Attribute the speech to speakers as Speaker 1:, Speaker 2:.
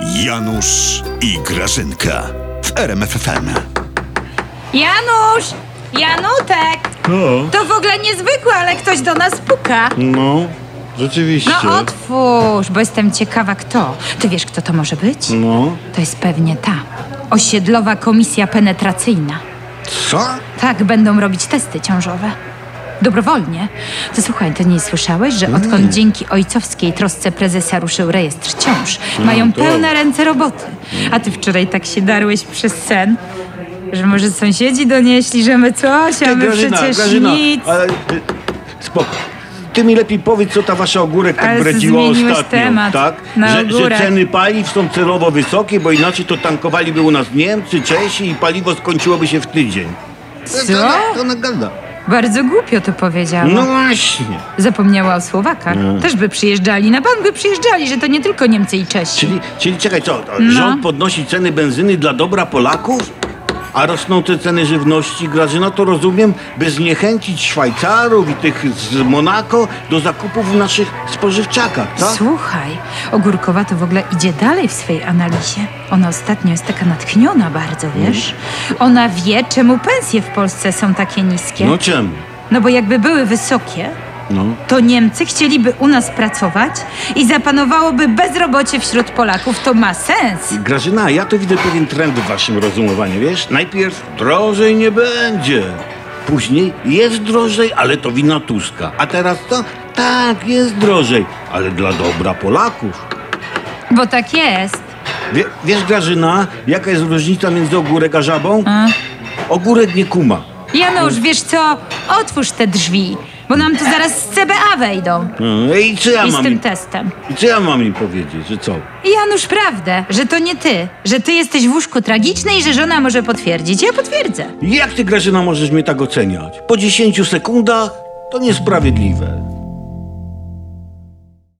Speaker 1: Janusz i Grażynka w RMFFM.
Speaker 2: Janusz! Janutek!
Speaker 3: O,
Speaker 2: To w ogóle niezwykłe, ale ktoś do nas puka.
Speaker 3: no, rzeczywiście.
Speaker 2: No otwórz, bo jestem ciekawa kto. Ty wiesz, kto to może być?
Speaker 3: No.
Speaker 2: To jest pewnie ta. Osiedlowa komisja penetracyjna.
Speaker 3: Co?
Speaker 2: Tak będą robić testy ciążowe. Dobrowolnie. Ty słuchaj, to nie słyszałeś, że odkąd dzięki ojcowskiej trosce prezesa ruszył rejestr ciąż, mają
Speaker 3: No, to-
Speaker 2: pełne ręce roboty. A ty wczoraj tak się darłeś przez sen, że może sąsiedzi donieśli, że my coś, a my przecież nic.
Speaker 3: ale... y, Spoko. Ty mi lepiej powiedz, co ta wasza ogórek tak
Speaker 2: Ale
Speaker 3: bredziła
Speaker 2: zmieniłeś
Speaker 3: ostatnio.
Speaker 2: temat
Speaker 3: tak?
Speaker 2: na
Speaker 3: że, że
Speaker 2: ogórek.
Speaker 3: ceny paliw są celowo wysokie, bo inaczej to tankowaliby u nas Niemcy, Czesi i paliwo skończyłoby się w tydzień. To
Speaker 2: Co?
Speaker 3: ona, to ona gada.
Speaker 2: Bardzo głupio to powiedziała.
Speaker 3: No właśnie.
Speaker 2: Zapomniała o Słowakach. Też by przyjeżdżali, na bank by przyjeżdżali, że to nie tylko Niemcy i Czesi.
Speaker 3: Czyli, czyli czekaj, co? to Rząd podnosi ceny benzyny dla dobra Polaków? A rosną te ceny żywności, Grażyna, No to rozumiem, by zniechęcić Szwajcarów i tych z Monako do zakupów w naszych spożywczakach, tak?
Speaker 2: Słuchaj, Ogórkowa to w ogóle idzie dalej w swojej analizie. Ona ostatnio jest taka natchniona bardzo,
Speaker 3: Mm.
Speaker 2: wiesz? Ona wie, czemu pensje w Polsce są takie niskie.
Speaker 3: No czemu?
Speaker 2: No bo jakby były wysokie,
Speaker 3: No.
Speaker 2: to Niemcy chcieliby u nas pracować i zapanowałoby bezrobocie wśród Polaków. To ma sens.
Speaker 3: Grażyna, ja tu widzę pewien trend w waszym rozumowaniu, wiesz? Najpierw drożej nie będzie. Później jest drożej, ale to wina Tuska. A teraz to? Tak, jest drożej, ale dla dobra Polaków.
Speaker 2: Bo tak jest.
Speaker 3: Wie, wiesz, Grażyna, jaka jest różnica między ogórek a żabą?
Speaker 2: A?
Speaker 3: Ogórek nie kuma.
Speaker 2: Janusz, wiesz co? Otwórz te drzwi, bo nam tu zaraz z CBA wejdą.
Speaker 3: No, I co ja
Speaker 2: I z
Speaker 3: mam
Speaker 2: tym
Speaker 3: im,
Speaker 2: testem.
Speaker 3: I co ja mam im powiedzieć, że co?
Speaker 2: I Janusz, prawdę, że to nie ty, że ty jesteś w łóżku tragicznej i że żona może potwierdzić. Ja potwierdzę.
Speaker 3: Jak ty, Grażyna, możesz mnie tak oceniać? Po 10 sekundach to niesprawiedliwe.